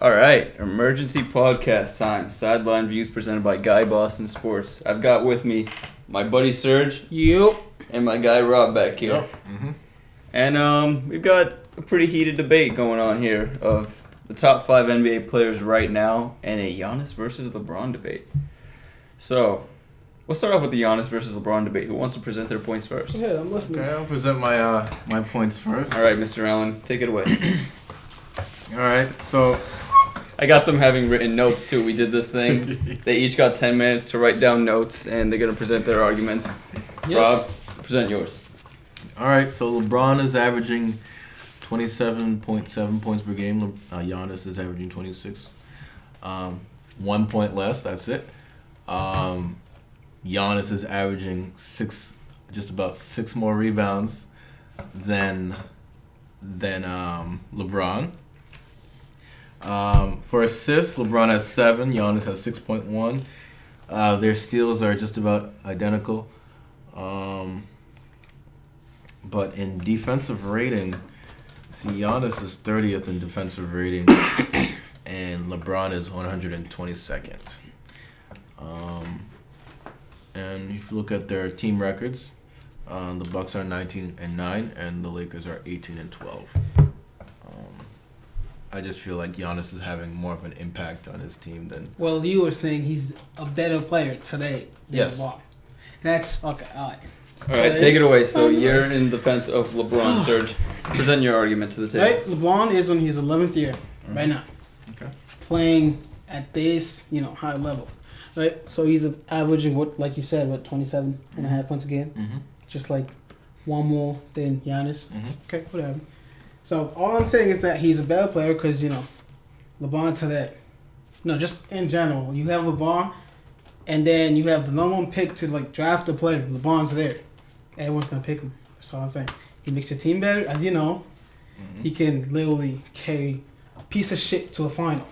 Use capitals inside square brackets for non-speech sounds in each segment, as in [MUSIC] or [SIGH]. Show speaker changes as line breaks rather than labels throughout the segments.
All right, emergency podcast time. Sideline views presented by Guy Boston Sports. I've got with me my buddy Serge
Yep.
and my guy Rob back here, and um, we've got a pretty heated debate going on here of the top five NBA players right now and a Giannis versus LeBron debate. So, we'll start off with the Giannis versus LeBron debate. Who wants to present their points first?
Yeah, I'm listening.
Okay, I'll present my uh, my points first.
All right, Mr. Allen, take it away.
All right, so
I got them having written notes too. We did this [LAUGHS] thing. they each got 10 minutes to write down notes and they're going to present their arguments.
Yep.
Rob, present yours.
all right, so LeBron is averaging twenty seven point seven points per game. Le- Uh, Giannis is averaging twenty six, um, one point less. That's it. Um, Giannis is averaging six, just about six more rebounds than than um, LeBron. Um, for assists, LeBron has seven. Giannis has six point one. Uh, their steals are just about identical. Um, but in defensive rating, see, Giannis is 30th in defensive rating, and LeBron is 122nd. Um, and if you look at their team records, uh, the Bucks are 19 and 9, and the Lakers are 18 and 12. Um, I just feel like Giannis is having more of an impact on his team than
Well, you were saying he's a better player today than
Yes.
LeBron. That's okay. All right.
All right, take it away. So you're in defense of LeBron, Serge. Present your argument to the table.
Right, LeBron is on his 11th year right now.
Mm-hmm. Okay.
Playing at this, you know, high level. Right? So he's averaging what like you said, what 27 and a half points a game,
Mhm.
just like one more than Giannis.
Mhm.
Okay, whatever. So all I'm saying is that he's a better player because you know, LeBron today. No, just in general, you have LeBron, and then you have the number one pick to like draft the player. LeBron's there. Everyone's gonna pick him. That's all I'm saying. He makes your team better, as you know. He can literally carry a piece of shit to a final,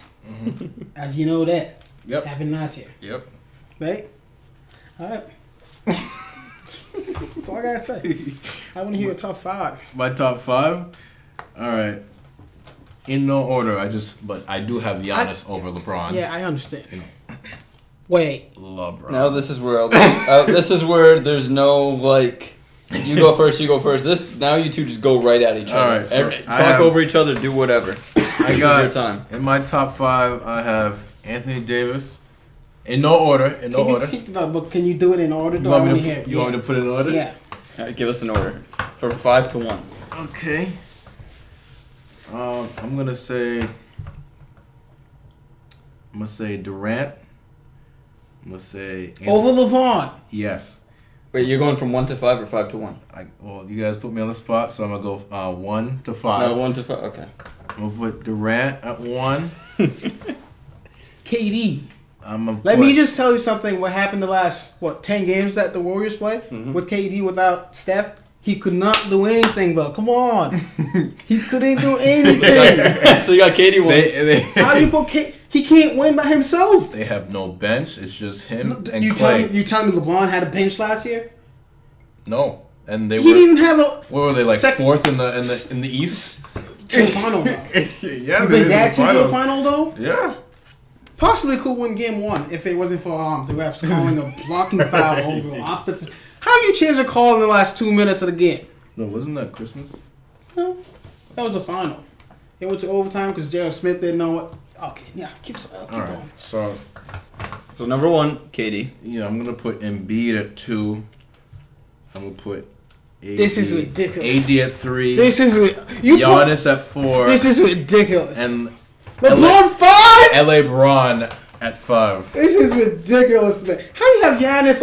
as you know that
Yep.
happened last year,
Yep. [LAUGHS]
right? All right. [LAUGHS] That's all I gotta say. I want to hear your top five.
My top five. All right. In no order, I just but I do have Giannis over LeBron.
Yeah, I understand. Wait,
LeBron.
Now this is where I'll- uh, this is where there's no like you go first, you go first. This now you two just go right at each
All
other.
right, so
Every-
I
talk
have-
over each other, do whatever.
I
this
got
is your time.
in my top five. I have Anthony Davis. In no order. In no
can
order.
You, no, but can you do it in order?
you
though? I
want me to?
wanna hear it.
you want me to put it in order?
Yeah.
All right, give us an order for five to one.
Okay. Um, I'm gonna say. I'm gonna say Durant. I'm gonna say. Anthony-
yeah. Over LeBron.
Yes.
Wait, you're going from one to five or five to one?
I, well, you guys put me on the spot, so I'm gonna go uh, one to five.
No, one to five. Okay.
[LAUGHS]
[LAUGHS]
I'm gonna put Durant at one.
KD.
I'm gonna
Let
put-
me just tell you something. What happened the last what ten games that the Warriors played with KD without Steph? He could not do anything, bro. Come on. he couldn't do anything.
so you got Katie one.
[LAUGHS] They, they,
How do you put K? He can't win by
[LAUGHS]
himself.
they have no bench. It's just him and
You tell
Clay.
me, you tell me LeBron had a bench last year?
no, and they
He
were.
didn't even
[LAUGHS]
have a
What were they like?
Second-
fourth in the in the in the East.
[LAUGHS]
[LAUGHS]
to a final. Bro.
yeah,
But that team to a final though.
Yeah.
possibly could win game one if it wasn't for um, the refs calling a [LAUGHS] blocking foul over an offensive. How you change a call in the last two minutes of the game?
No, wasn't that Christmas?
No, that was a final. It went to overtime because Gerald Smith didn't know what. Okay, yeah, keep, uh, keep
All right.
going.
So
So number one, Katie.
yeah, I'm gonna put Embiid at two. I'm gonna put. AD,
This is ridiculous.
AD at three.
This is ri- you. Put,
Giannis at four.
this is ridiculous.
and
LeBron five.
LA Braun at five.
this is ridiculous, man. How you have Giannis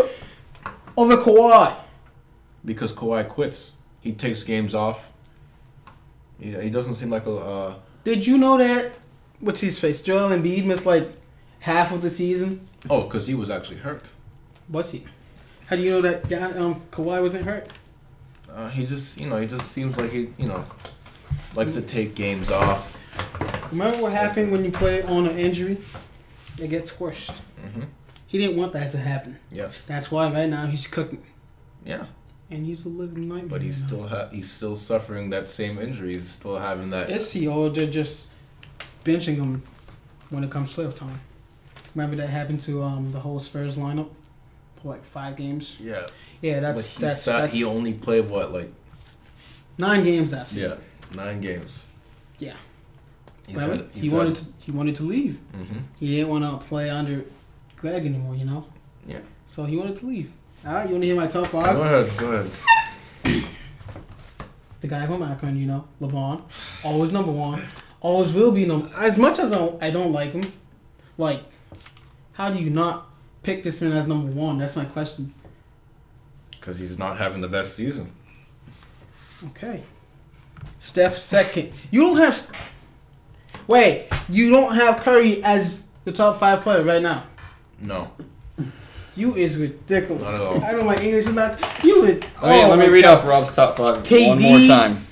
over Kawhi?
because Kawhi quits. He takes games off. He, he doesn't seem like a. Uh,
Did you know that? What's his face? Joel Embiid missed like half of the season.
oh, because he was actually hurt.
Was he? How do you know that yeah, um, Kawhi wasn't hurt?
Uh, he just, you know, he just seems like he, you know, likes to take games off.
Remember what happened when you play on an injury? It gets squished.
Mhm.
He didn't want that to happen.
Yes.
That's why right now he's cooking.
Yeah.
And he's a living nightmare.
But he's
now.
still ha- he's still suffering that same injury. He's still having that.
Is he or they're just benching him when it comes playoff time. Remember that happened to um, the whole Spurs lineup for like five games.
Yeah.
Yeah,
That's,
that's
he,
that's,
sat-
that's
he only played what like
nine games that
yeah
season.
nine games.
Yeah.
He's
Remember?
had-
he
he's had-
wanted to he wanted to leave.
Mhm.
He didn't want to play under Greg anymore. You know.
Yeah.
So he wanted to leave. All right, you want to hear my top five?
Go ahead. Go ahead.
the guy from Akron, you know, LeBron, always number one, always will be number. As much as I, I don't like him, like, how do you not pick this man as number one? That's my question.
Because he's not having the best season.
Okay, Steph second. You don't have. Wait, you don't have Curry as the top five player right now.
No.
You is ridiculous.
Not at all.
I know my English is not. You
Let
would.
me,
oh
let me
my
read
God.
off Rob's top five one
KD.
more time.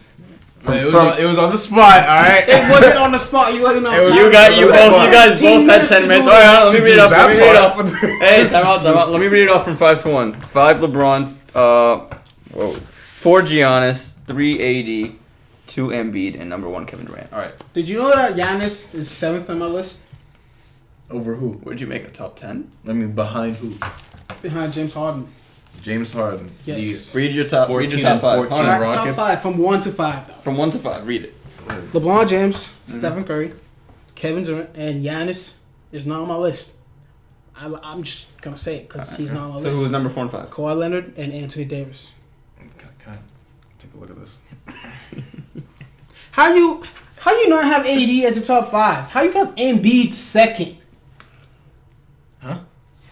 From-
it, was
from-
on, it was on the spot.
[LAUGHS]
All right.
It wasn't on the spot. You wasn't on.
It was-
time.
you got you both. You guys
15
both had ten minutes.
minutes to
All right,
go.
let me
[LAUGHS] To
read
do
it up.
that
Let me read it up.
part.
Hey, time out, time out. Let me read it off from five to one. Five LeBron. Uh, whoa. Four Giannis. Three AD. Two Embiid and number one Kevin Durant. All right,
Did you know that Giannis is seventh on my list
Over who?
would you make a top ten?
I mean, behind who?
behind James Harden?
James Harden.
Yes.
Read your top. Read
14
your top
and
five. Hold on.
14.
Top- Top
Rockets.
five from one to five. Though. Mm-hmm.
From one to five, read it.
LeBron James, Stephen Curry, Kevin Durant, and Giannis is not on my list. I, am just gonna say it because he's not on my
So
list.
who's number four and five?
Kawhi Leonard and Anthony Davis.
The, God, God, take a look at this.
How you how you not have AD as a top five? How you have Embiid second?
Huh?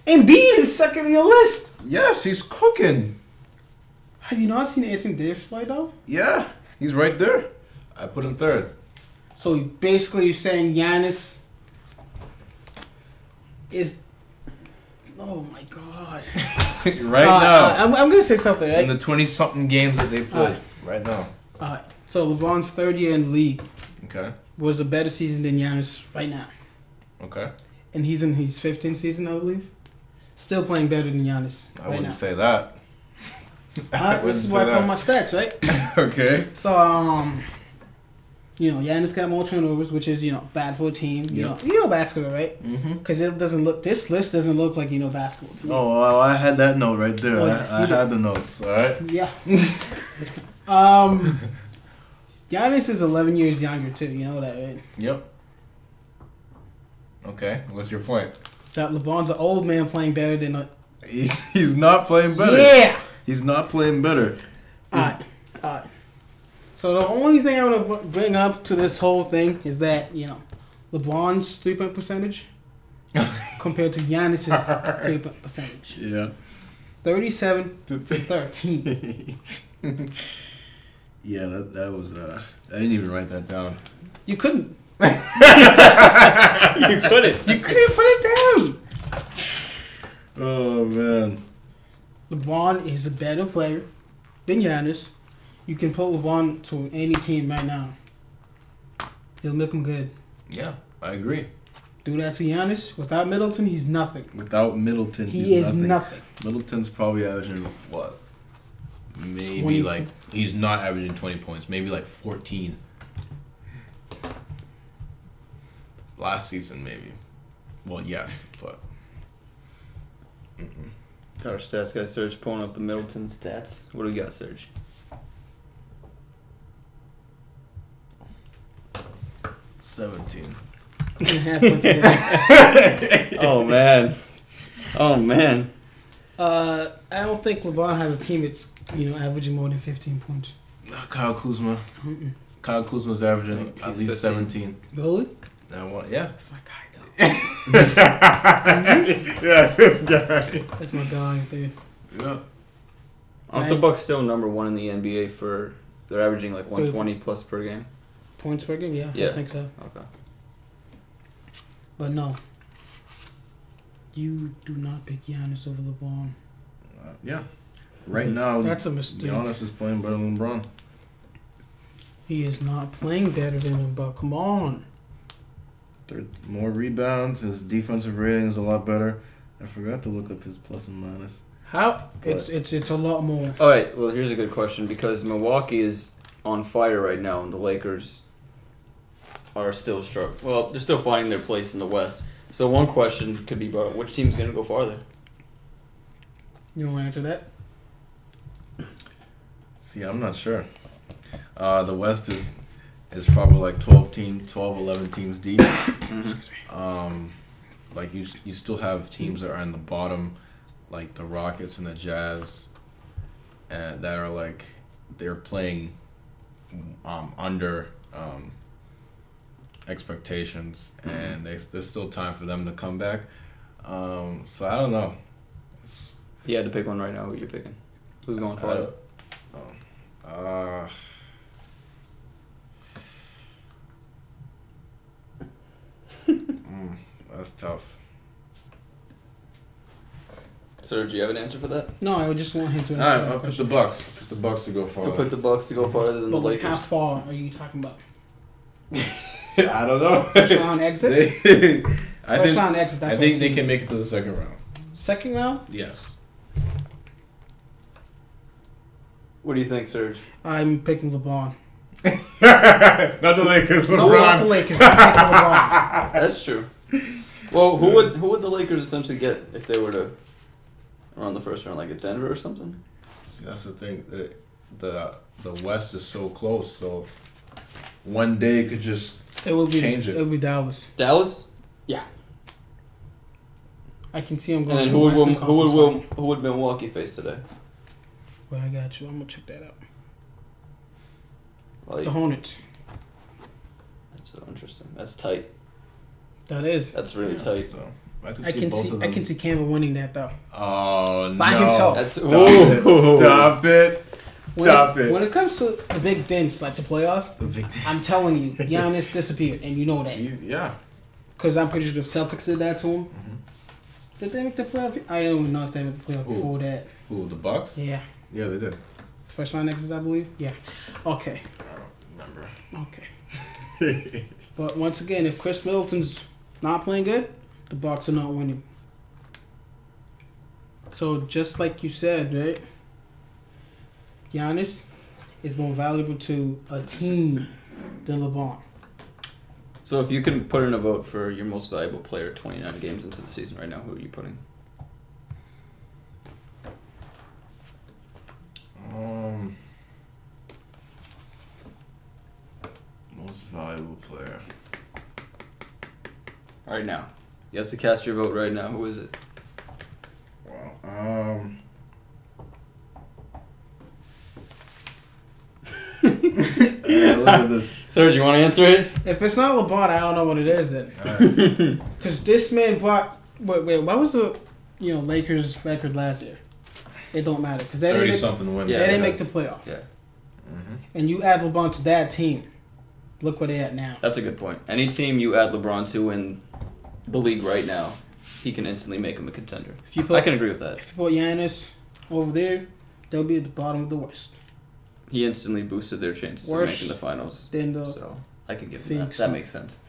Embiid is second on your list.
Yes, he's cooking.
Have you not seen Anthony Davis play though?
Yeah, he's right there. I put him third. [LAUGHS]
So you- basically, you're saying Giannis is. Oh my god.
right
Uh, uh,
now.
I'm, I'm gonna say something. Right?
in the 20 something games that they played.
Alright.
Right now.
Alright, so LeBron's third year in the league
Okay.
was a better season than Giannis right now.
Okay.
And he's in his 15th season, I believe. Still playing better than Giannis
I
right
wouldn't
now.
say [LAUGHS] that.
Alright, this is why I put my stats,
[LAUGHS]
right? [COUGHS]
okay.
So, um, you know, Giannis got more turnovers, which is, you know, bad for a team. You,
Yep.
know, you know basketball, right?
Mm-hmm.
Because it doesn't look, this list doesn't look like you know basketball to me.
Oh, well, I had that note right there.
Oh, yeah.
I, I had the notes. All right.
Yeah. [LAUGHS] um, Giannis is 11 years younger, too. You know that, right?
Yep. Okay. What's your point?
That LeBron's an old man playing better than a.
He's, he's not playing better.
Yeah!
He's not playing [LAUGHS] better.
Alright, alright. So the only thing I want to bring up to this whole thing is that you know, LeBron's three point percentage
[LAUGHS]
compared to [LAUGHS] Giannis's three point percentage,
Yeah.
thirty-seven to thirteen.
yeah, that, that was. Uh, I didn't even write that down.
You couldn't,
you couldn't.
you couldn't put it down.
[LAUGHS] Oh man.
LeBron is a better player than Giannis. You can put LeBron to any team right now. He'll make him good.
Yeah, I agree.
Do that to Giannis. Without Middleton, he's nothing.
Without Middleton,
He
he's
is
nothing. [LAUGHS]
nothing.
Middleton's probably averaging what? Maybe
20.
like he's not averaging twenty points. Maybe like fourteen. Last season, maybe. Well, yes, but
Got our stats guy Serge pulling up the Middleton stats. What do we got,
[LAUGHS]
Serge?
seventeen.
Two and a half points a game.
oh man. Oh man.
Uh, I don't think LeBron has a team that's you know averaging more than 15 points.
Kyle Kuzma.
Mm-mm.
Kyle Kuzma's averaging
He's
at least
15.
seventeen.
Really?
That one, [LAUGHS] yeah.
That's my guy. Though.
yes, this guy.
That's my guy, dude.
Yeah.
Aren't the
Right.
Bucks still number one in the NBA for they're averaging like one twenty plus per game?
Points per game, yeah, I
Yeah.
think so.
Okay.
But no, you do not pick Giannis over LeBron.
Uh, yeah. Right now,
That's a mistake.
Giannis is playing better than LeBron.
He is not playing better than him, but come on.
Third, more rebounds. His defensive rating is a lot better. I forgot to look up his plus and minus.
How? It's it's it's a lot more.
All right. Well, here's a good question because Milwaukee is on fire right now, and the Lakers are still struck. Well, they're still finding their place in the West. So one question could be brought up: Which team's going to go farther?
You want to answer that?
See, I'm not sure. Uh, the West is is probably like 12 teams, 12, 11 teams deep. Um, like you, s- you still have teams that are in the bottom, like the Rockets and the Jazz, and that are like they're playing um, under um, expectations, and they, there's still time for them to come back. Um, so I don't know. It's,
You had to pick one right now. Who you're picking? Who's going farther?
uh, oh. Uh, Mm, that's tough.
Serge, do you have an answer for that?
No, I would just want him to answer
All right,
that
I'll put
question.
the Bucks. Put the Bucks to go
Who picked
farther.
the Bucks to go farther than
But
the
like, how
Lakers?
far are you talking about?
[LAUGHS] I don't know. [LAUGHS]
First round exit.
They- I
First
think,
round exit. That's
I think
what I'm
they
seeing.
can make it to the second round.
Second round,
Yes.
What do you think, Serge?
I'm picking LeBron.
[LAUGHS] not the Lakers, but
No, not the Lakers. I'm picking LeBron.
That's true. [LAUGHS] Well, who would who would the Lakers essentially get if they were to run the first round, like at Denver or something?
See, that's the thing. The, the the West is so close, so one day it could just [LAUGHS]
It will be.
Change it.
will be Dallas.
Dallas.
I can see him
And
going.
then
to
who would
Western
who would
Conference
who
final.
would, who would Milwaukee face today?
Well, I got you. I'm gonna check that out.
Like,
The Hornets.
that's so interesting. That's tight.
That is.
That's really tight.
So I can
I can
both
see.
of
I
them.
can see Campbell winning that though.
Oh
By
no!
himself.
That's Ooh.
Stop it! Stop it!
When
Stop it!
When it comes to the big dents, like the playoff,
The big thing.
I'm telling
[LAUGHS]
you, Giannis disappeared, and you know that
He's- yeah.
because I'm pretty sure the Celtics did that to him. Did they make the playoff? I don't even know if they made the playoff
Mm-hmm. Who?
before that.
Who the Bucks?
Yeah,
Yeah, they did.
first round exit, I believe. Yeah. Okay.
I don't
Okay.
remember.
But once again, if Chris Middleton's not playing good, the Bucks are not winning. So just like you said, right? Giannis is more valuable to a team than LeBron.
So if you can put in a vote for your most valuable player 29 games into the season right now, who are you putting?
[LAUGHS] Um, most valuable player.
Right now. You have to cast your vote right now. Who is [LAUGHS] it?
Wow. Um. yeah, look
[LAUGHS]
at this.
Serge, you want to answer it?
If it's not LeBron, I don't know what it is then.
[LAUGHS]
Because this man bought. Wait, wait. What was the you know Lakers record last year? It don't matter because they
Thirty
didn't make,
something wins.
Yeah.
they didn't make the playoff.
Yeah.
And you add LeBron to that team, look where they at now.
That's a good point. Any team you add LeBron to in the league right now, he can instantly make him a contender.
If you put
I can agree with that.
If you put Giannis over there, they'll be at the bottom of the West.
He instantly boosted their chances of
Worse
making the finals.
Then the
So I can give him that.
Phoenix.
That makes sense.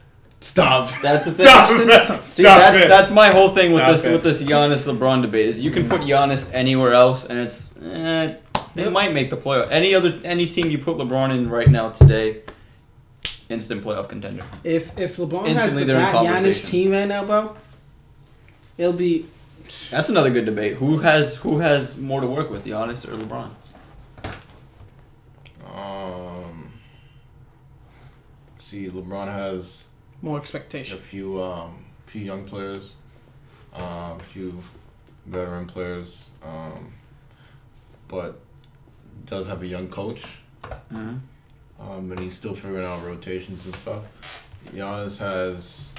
Stop.
That's the thing.
Stop it.
See,
Stop
that's,
it.
that's my whole thing with
Stop
this
it.
with this Giannis LeBron debate is you can put Giannis anywhere else and it's eh, they
Yep.
might make the playoff. Any other any team you put LeBron in right now today, instant playoff contender.
if if LeBron
Instantly
has the
they're in
that Giannis
conversation.
team right now, bro, it'll be
That's another good debate. Who has who has more to work with, Giannis or LeBron?
Um. See, LeBron has
more
a
expectation.
few um few young players, um few veteran players, um, but does have a young coach.
Mm-hmm.
Um, and he's still figuring out rotations and stuff. Giannis has,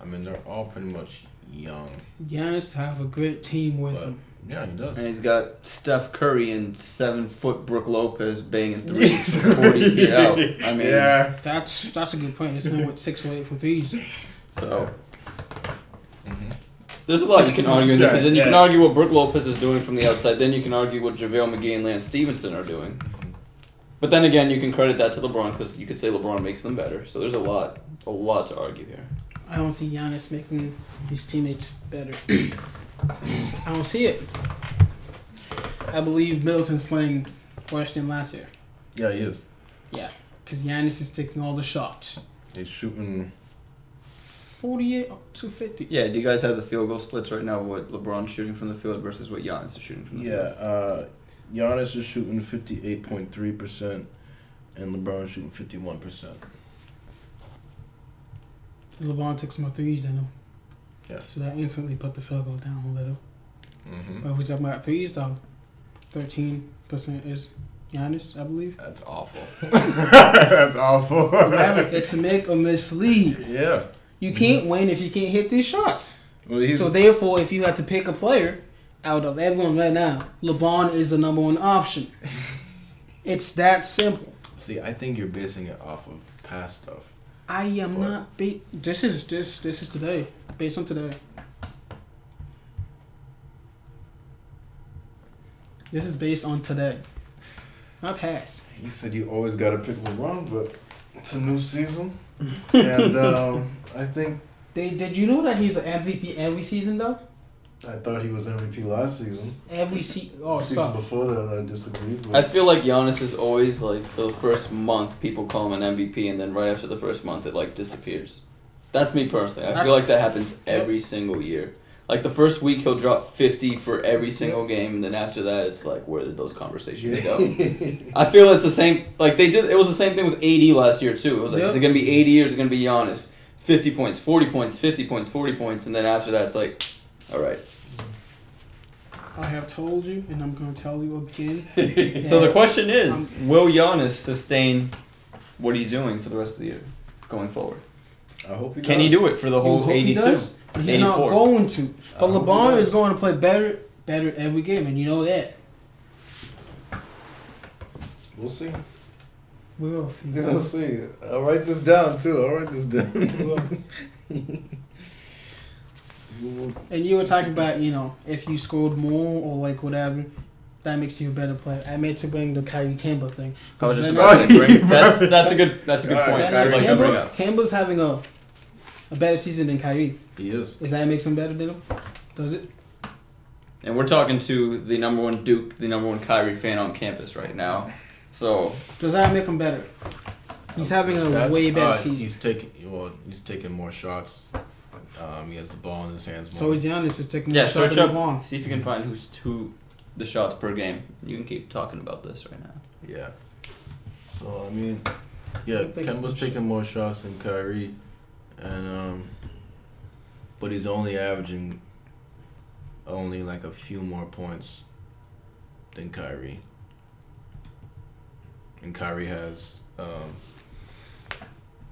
I mean, they're all pretty much young.
Giannis have a great team with
But-
him.
Yeah, he does.
And he's got Steph Curry and seven foot Brooke Lopez
[LAUGHS]
banging threes from [LAUGHS] forty feet out. I mean,
yeah.
That's that's a good point. It's
[LAUGHS]
number six or eight from threes.
so
Mhm.
Mm-hmm. there's a lot you can argue in there because then you can
Yeah.
argue what Brooke Lopez is doing from the outside. Then you can argue what JaVale McGee and Lance Stevenson are doing. But then again, you can credit that to LeBron because you could say LeBron makes them better. So there's a lot, a lot to argue here.
I don't see Giannis making his teammates better. I don't see it. I believe Middleton's playing worse than last year.
Yeah, he is.
Yeah, because Giannis is taking all the shots.
He's shooting.
48 oh, 250.
Yeah, do you guys have the field goal splits right now? What LeBron's shooting from the field versus what Giannis is shooting from the
Yeah,
field?
uh, Giannis is shooting fifty eight point three percent, and LeBron is shooting fifty one percent.
LeBron took some more threes in him.
Yeah.
So that instantly put the field goal down a little.
Mm-hmm.
But if we're talking about threes, though, 13% is Giannis, I
[LAUGHS]
believe.
That's
[LAUGHS]
awful. That's awful.
Remember, it's a make or miss league.
yeah.
You can't win if you can't hit these shots.
Well, he's,
So therefore, if you had to pick a player out of everyone right now, LeBron is the number one [LAUGHS] option. It's that simple.
see, I think you're basing it off of past stuff.
I am
What?
not. Ba- this is this this is today, based on today. This is based on today, not past.
You said you always got to pick LeBron, but it's a new
[LAUGHS]
season, and um, I think
They did you know that he's an MVP every season though?
I thought he was MVP last season.
Every season. Oh,
season
sorry.
before that, I disagreed. With.
I feel like Giannis is always like for the first month people call him an MVP, and then right after the first month it like disappears. That's me personally. I feel like that happens every single year. Like the first week he'll drop fifty for every single game, and then after that it's like where did those
[LAUGHS]
conversations go? [LAUGHS] I feel it's the same. Like they did, it was the same thing with AD last year too. It was like,
Yep.
is it gonna be AD or is it gonna be Giannis? Fifty points, forty points, fifty points, forty points, and then after that it's like, all right.
I have told you, and I'm gonna tell you again. [LAUGHS]
So the question is,
Um,
will Giannis sustain what he's doing for the rest of the year going forward?
I hope he
Can he do it for the whole eighty-two?
But he's not
84.
going to.
I
But
hope he
LeBron
does.
is going to play better, better every game, and you know that.
We'll see.
We'll see.
We'll see. I'll write this down too. I'll write this
[LAUGHS]
We'll-
down. [LAUGHS]
And you were talking about, you know, if you scored more or like whatever, that makes you a better player. I meant to bring the Kyrie Campbell thing.
I was just
Right
about
now-
to say, bring,
[LAUGHS]
that's that's a good that's a good
Alright,
point.
right
Kyrie
I'd
now,
like to
Campbell-
bring up.
Campbell's having a a better season than Kyrie.
he is.
Is that makes him better than him? Does it?
And we're talking to the number one Duke, the number one Kyrie fan on campus right now. So
Does that make him better? He's having a way better
Uh,
season.
He's taking well. He's taking more shots. Um, he has the ball in his hands more.
So is Giannis is taking
yeah,
a shot
search
to
up,
LeBron.
see if you can find who's two the shots per game. You can keep talking about this right now.
yeah. So I mean, yeah,
don't think it's
Kemba's
much.
taking more shots than Kyrie, and um, but he's only averaging only like a few more points than Kyrie. And Kyrie has um,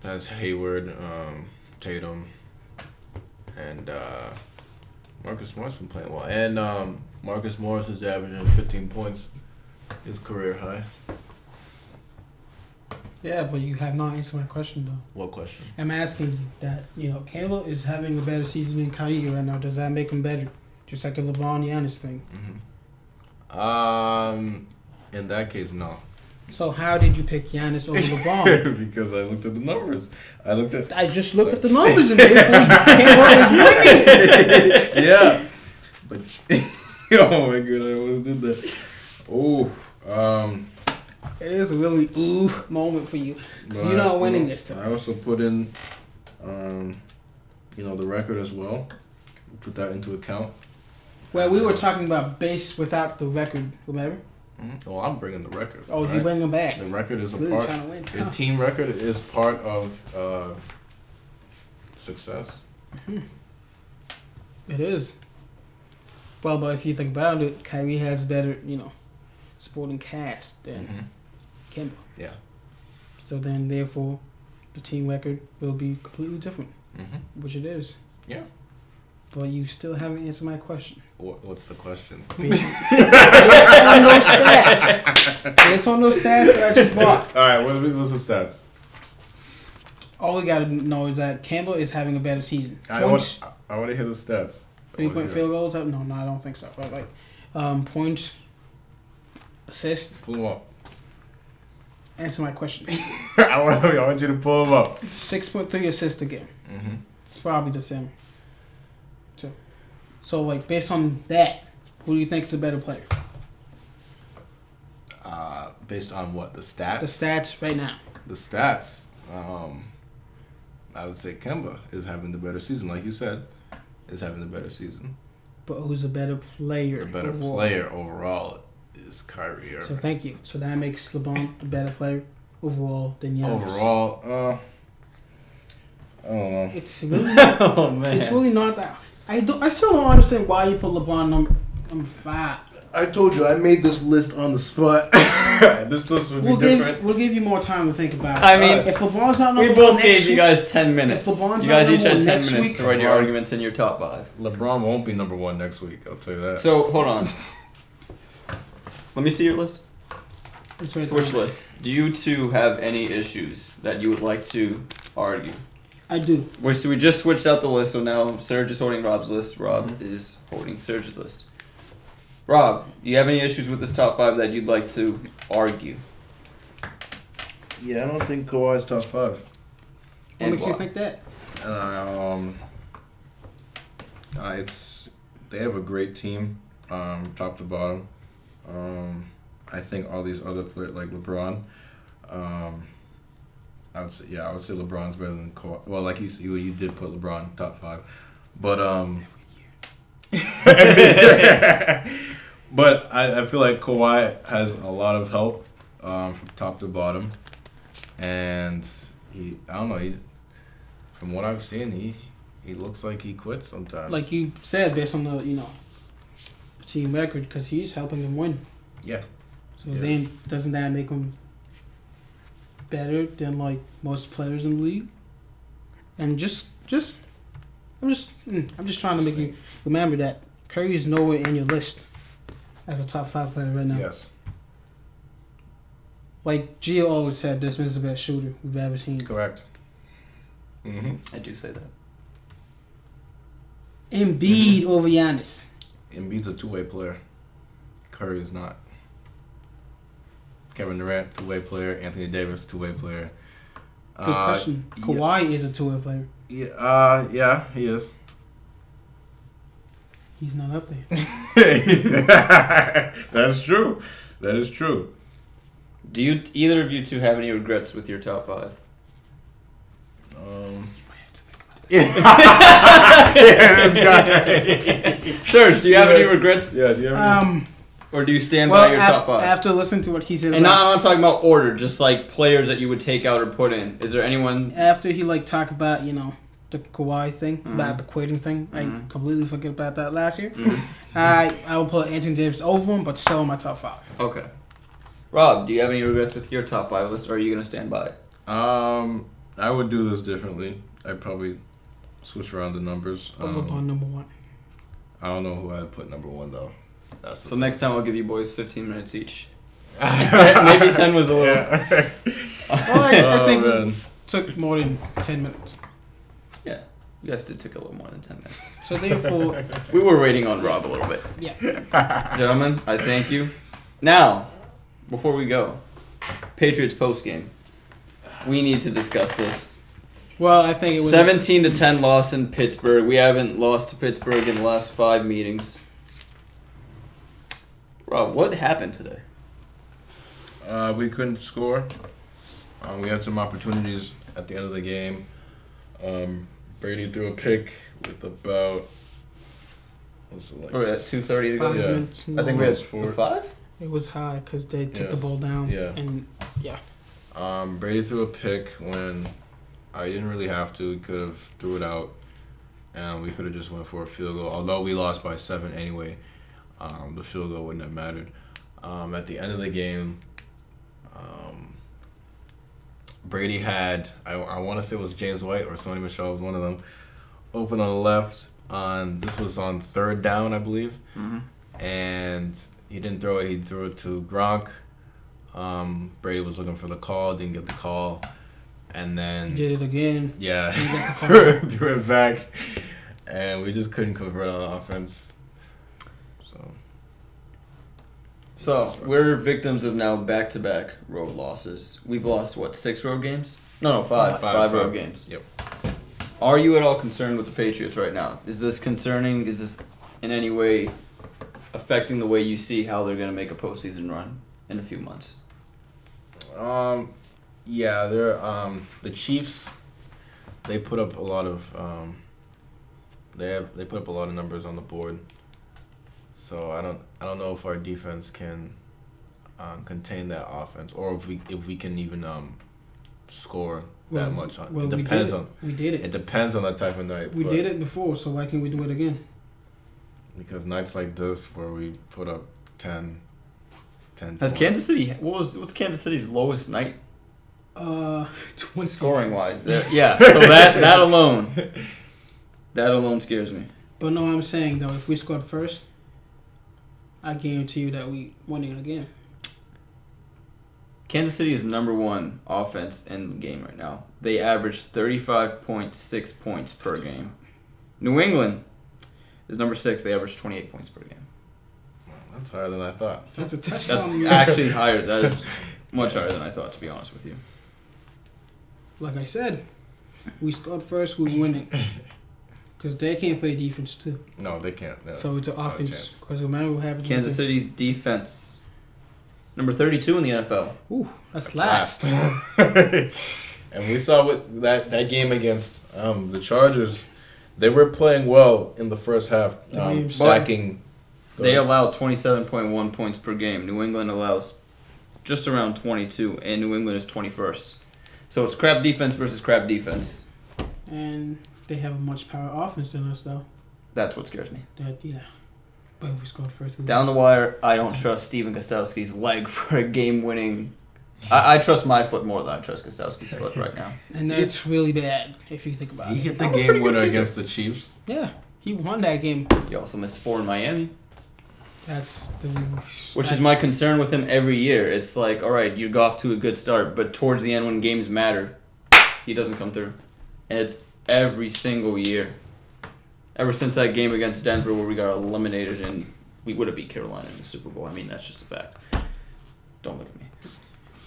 has Hayward, um, Tatum, and uh, Marcus Morris been playing well. And um, Marcus Morris is averaging 15 points, his career high.
Yeah, but you have not answered my question though.
What question?
I'm asking you that you know Campbell is having a better season than Kyrie right now. Does that make him better? Just like the LeBron Giannis thing.
Mm-hmm. Um, in that case, no.
So how did you pick Giannis over [LAUGHS]
[LAUGHS]
LeBron?
because I looked at the numbers. I looked at.
I just
[LAUGHS]
look at the numbers and therefore Campbell is winning.
[LAUGHS] yeah, but [LAUGHS] oh my god, I almost did that. Oh, um,
[LAUGHS] It is a really ooh moment for you. 'Cause you're not winning this time.
I also put in, um, you know, the record as well. Put that into account. Uh,
Well, we were talking about base without the record, remember?
Well, mm-hmm. I'm bringing the record.
Oh, you
right?
bring him back.
the record is a
Really
part.
trying to win.
Your team record is part of uh, success.
It is. Well, but if you think about it, Kyrie has better, you know, supporting cast than
Mm-hmm.
Kimball.
Yeah.
So then, therefore, the team record will be completely different,
Mm-hmm.
which it is.
Yeah.
But you still haven't answered my
[LAUGHS]
question.
What, what's the question?
Based based on those stats, based on those stats that I just
[LAUGHS]
bought,
All right, what, what's the stats?
all we gotta know is that Campbell is having a better season.
I want, Oh, I want to hear the stats. I
Three
wanna
point
hear it.
field goals up? No, no, I don't think so. But like, um, points, assist.
Pull them up. [LAUGHS]
Answer my question. [LAUGHS]
I want, I want you to pull them up.
Six point three assists a game.
Mm-hmm.
It's probably the same. Too. So like based on that, who do you think's the better player?
Uh, based on what the
The
stats?
stats right now.
The, stats. Um, I would say Kemba is having the better season, like you said, is having the better season.
But who's a better player?
The better
overall?
player overall is Kyrie Irving.
So thank you. So that makes LeBron a better player overall than Giannis.
overall, uh, I don't know.
It's really
[LAUGHS] oh man.
it's really not that I do I still don't understand why you put LeBron number number five.
I told you I made this list on the spot. [LAUGHS] this list would be
We'll
different.
give, we'll give you more time to think about it.
I mean,
if LeBron's not number
we
one
both
next
gave you
week-
guys ten minutes.
LeBron's
You guys
not
each had
number
ten
next
minutes
week-
to write your
LeBron-
arguments in your top five.
LeBron won't be number one next week. I'll tell you that.
So hold on. Let me see your list.
It's right
Switch
there.
list. Do you two have any issues that you would like to argue?
I do.
Wait, so we just switched out the list, so now Serge is holding Rob's list. Rob is holding Serge's list. Rob, do you have any issues with this top five that you'd like to argue?
yeah, I don't think Kawhi's top five.
What
And
makes you
why?
think that?
Um, uh, it's they have a great team, um, top to bottom. Um, I think all these other players like LeBron. Um, I would say yeah, I would say LeBron's better than Kawhi. Well, like you s- you, you did put LeBron top five, but um. [LAUGHS] but I, I feel like Kawhi has a lot of help um, from top to bottom, and he I don't know he from what I've seen, he he looks like he quits sometimes.
Like you said, based on the you know team record, because he's helping them win.
yeah,
So
Yes.
then, doesn't that make him better than like most players in the league? And just, just, I'm just, mm, I'm just trying to make you remember that Curry is nowhere in your list as a top five player right now.
yes,
Like Gio always said, this man's the best shooter we've ever seen.
correct. Mm-hmm.
I do say that.
Embiid over Giannis.
Embiid's a two-way player. Curry is not. Kevin Durant, two-way player. Anthony Davis, two-way player.
Good
Uh,
question. Kawhi is a two-way player.
Yeah, yeah, uh, yeah, he is. [LAUGHS]
He's not up there.
That's true. That is true.
Do you either of you two have any regrets with your top five?
Um. [LAUGHS] yeah, this guy. [LAUGHS]
Serge, do you have any
Yeah.
regrets,
Yeah, do you have any-
Um,
or do you stand
well,
by your
af-
top five?
after listening to what he said,
and
about-
not, I'm not talking about order, just like players that you would take out or put in. Is there anyone?
after he like talked about you know the Kawhi thing,
Mm-hmm.
about the quitting thing, I
Mhm.
completely forget about that last year.
Mm-hmm.
[LAUGHS] I I will put Anthony Davis over him, but still in my top five.
Okay. Rob, do you have any regrets with your top five list, or are you gonna stand by it?
Um, I would do this differently. I'd probably switch around the numbers.
But LeBron
Um,
number one.
I don't know who I'd put number one though. That's
So next time I'll give you boys 15 minutes each. [LAUGHS] Maybe 10 was a little.
[LAUGHS] Yeah.
Well, I, I
Oh,
think we
man.
took more than ten minutes.
[LAUGHS] Yeah, you guys did take a little more than 10 minutes.
So
[LAUGHS]
therefore,
We were waiting on Rob a little bit.
yeah.
Gentlemen, I thank you. Now, before we go, Patriots post game. We need to discuss this.
Well, I think it was
17 to 10 loss in Pittsburgh. We haven't lost to Pittsburgh in the last five meetings. Rob, what happened today?
Uh, we couldn't score. Um, we had some opportunities at the end of the game. Um, Brady threw a pick with about. What's it like?
We're at 2:30 to go.
Five
Yeah.
minutes.
I think we had
Almost four.
five.
It was high because they took
Yeah.
the ball down.
Yeah. Mm-hmm.
And yeah,
Um, Brady threw a pick when I didn't really have to. We could have threw it out, and we could have just went for a field goal. Although we lost by seven anyway, um, the field goal wouldn't have mattered. Um, at the end of the game, um, Brady had I, I want to say it was James White or Sony Michelle was one of them open on the left on this was on third down I believe, and he didn't throw it. He threw it to Gronk. Um, Brady was looking for the call, didn't get the call, and
he
then
did it again.
yeah, [LAUGHS]
get the call.
threw, it, threw it back, and we just couldn't convert on offense. So
So we're victims of now back-to-back road losses. We've lost what six road games? No, no, five, five road games.
Yep.
Are you at all concerned with the Patriots right now? Is this concerning? Is this in any way affecting the way you see how they're going to make a postseason run in a few months?
Um, yeah, they're um the Chiefs they put up a lot of um, they have they put up a lot of numbers on the board. So I don't I don't know if our defense can um, contain that offense or if we if we can even um, score
Well,
that much. On,
well,
it
we did
depends
it.
on
We did
it
it.
depends on the type of night.
We
but-
did it before, so why can't we do it again?
because nights like this where we put up 10, 10
Has
points.
Kansas City? What was what's Kansas City's lowest night
Uh, [LAUGHS] 20
scoring wise? Yeah. So that that alone, that alone scares me.
But no, I'm saying though, if we scored first, I guarantee you that we won it again.
Kansas City is number one offense in the game right now. They average 35.6 points per game. New England is number six. They average 28 points per game.
That's higher than I thought.
That's a touchdown.
That's
[LAUGHS] man.
actually higher. That is much higher than I thought, to be honest with you.
like I said, we scored first, we win it.
[LAUGHS]
Because they can't play defense too.
No, they can't. No.
so it's an
not a
offense.
chance.
Because remember what happened.
Uh, Kansas City's defense, number 32 in the NFL.
Ooh, that's
[LAUGHS]
last.
and we saw with that that game against um, the Chargers, they were playing well in the first half,
The
um,
Rams.
sacking.
They allow 27.1 points per game. New England allows just around 22, and New England is 21st. So it's crap defense versus crap defense.
And they have a much power offense than us though.
That's what scares me.
That yeah. But if we scored first, we win.
Down the wire, I don't trust Steven Gostowski's leg [LAUGHS] for a game winning. I, I trust my foot more than I trust Gostowski's foot right now.
and that's really bad if you think about
He
it.
hit the game winner against the Chiefs.
Yeah, he won that game.
You also missed four in Miami,
That's the
which is my concern with him every year. It's like, all right, you got off to a good start, but towards the end when games matter, he doesn't come through. And it's every single year. Ever since that game against Denver where we got eliminated and we would have beat Carolina in the Super Bowl. I mean, that's just a fact. Don't look at me.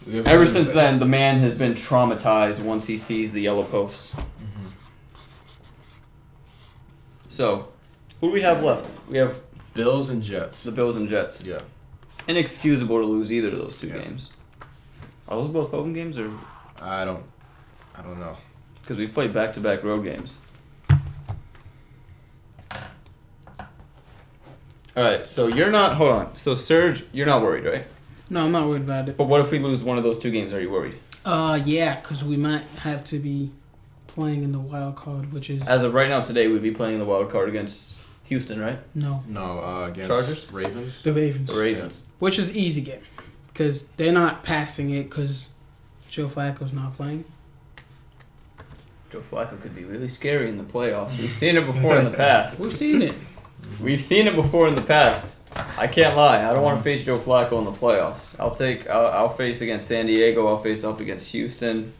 We have
Ever
to
since
say-
then, the man has been traumatized once he sees the yellow post. So, who do we have left? We have
Bills and Jets.
the Bills and Jets.
yeah,
Inexcusable to lose either of those two
Yeah.
games. Are those both home games, or
I don't, I don't know.
because we've played back-to-back road games? All right, so you're not. Hold on. So Serge, you're not worried, right?
No, I'm not worried about it.
But what if we lose one of those two games? Are you worried?
Uh, yeah, because we might have to be playing in the wild card, which is
As of right now, today we'd be playing the wild card against Houston, right?
no
No, uh, against
Chargers?
Ravens.
the Ravens,
The Ravens.
which is easy game because they're not passing it because Joe Flacco's not playing.
Joe Flacco could be really scary in the playoffs. We've seen it before [LAUGHS] in the past.
We've
[LAUGHS]
seen it.
We've seen it before in the past. I can't lie. I don't want to face Joe Flacco in the playoffs. I'll take. I'll, I'll face against San Diego. I'll face off against Houston.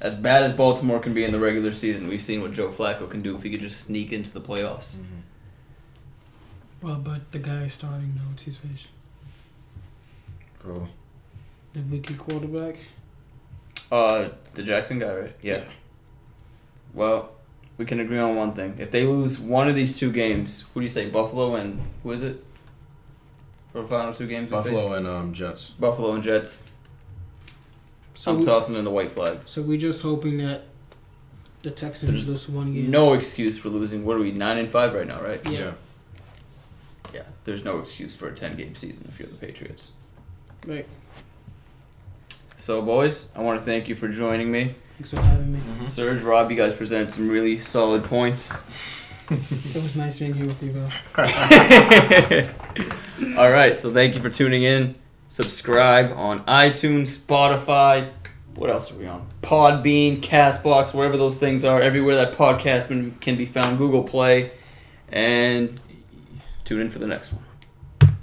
As bad as Baltimore can be in the regular season, we've seen what Joe Flacco can do if he could just sneak into the playoffs.
Mm-hmm.
Well, but the guy starting though, it's his face,
Cool.
the rookie quarterback.
Uh, the Jackson guy, right? Yeah. Well, we can agree on one thing. If they lose one of these two games, who do you say Buffalo and who is it? For the final two games, we face?
Buffalo and um, Jets.
Buffalo and Jets.
So,
I'm
we,
tossing in the white flag.
so we're just hoping that the Texans
There's
lose one game.
No excuse for losing. What are we nine and five right now, right?
Yeah.
Yeah. There's no excuse for a ten game season if you're the Patriots.
right.
So, boys, I want to thank you for joining me.
Thanks for having me.
Serge, Rob, you guys presented some really solid points. [LAUGHS]
It was nice being here with you, bro.
All right, so thank you for tuning in. Subscribe on iTunes, Spotify. What else are we on? Podbean, Castbox, wherever those things are, everywhere that podcast can- can be found, Google Play, and tune in for the next one.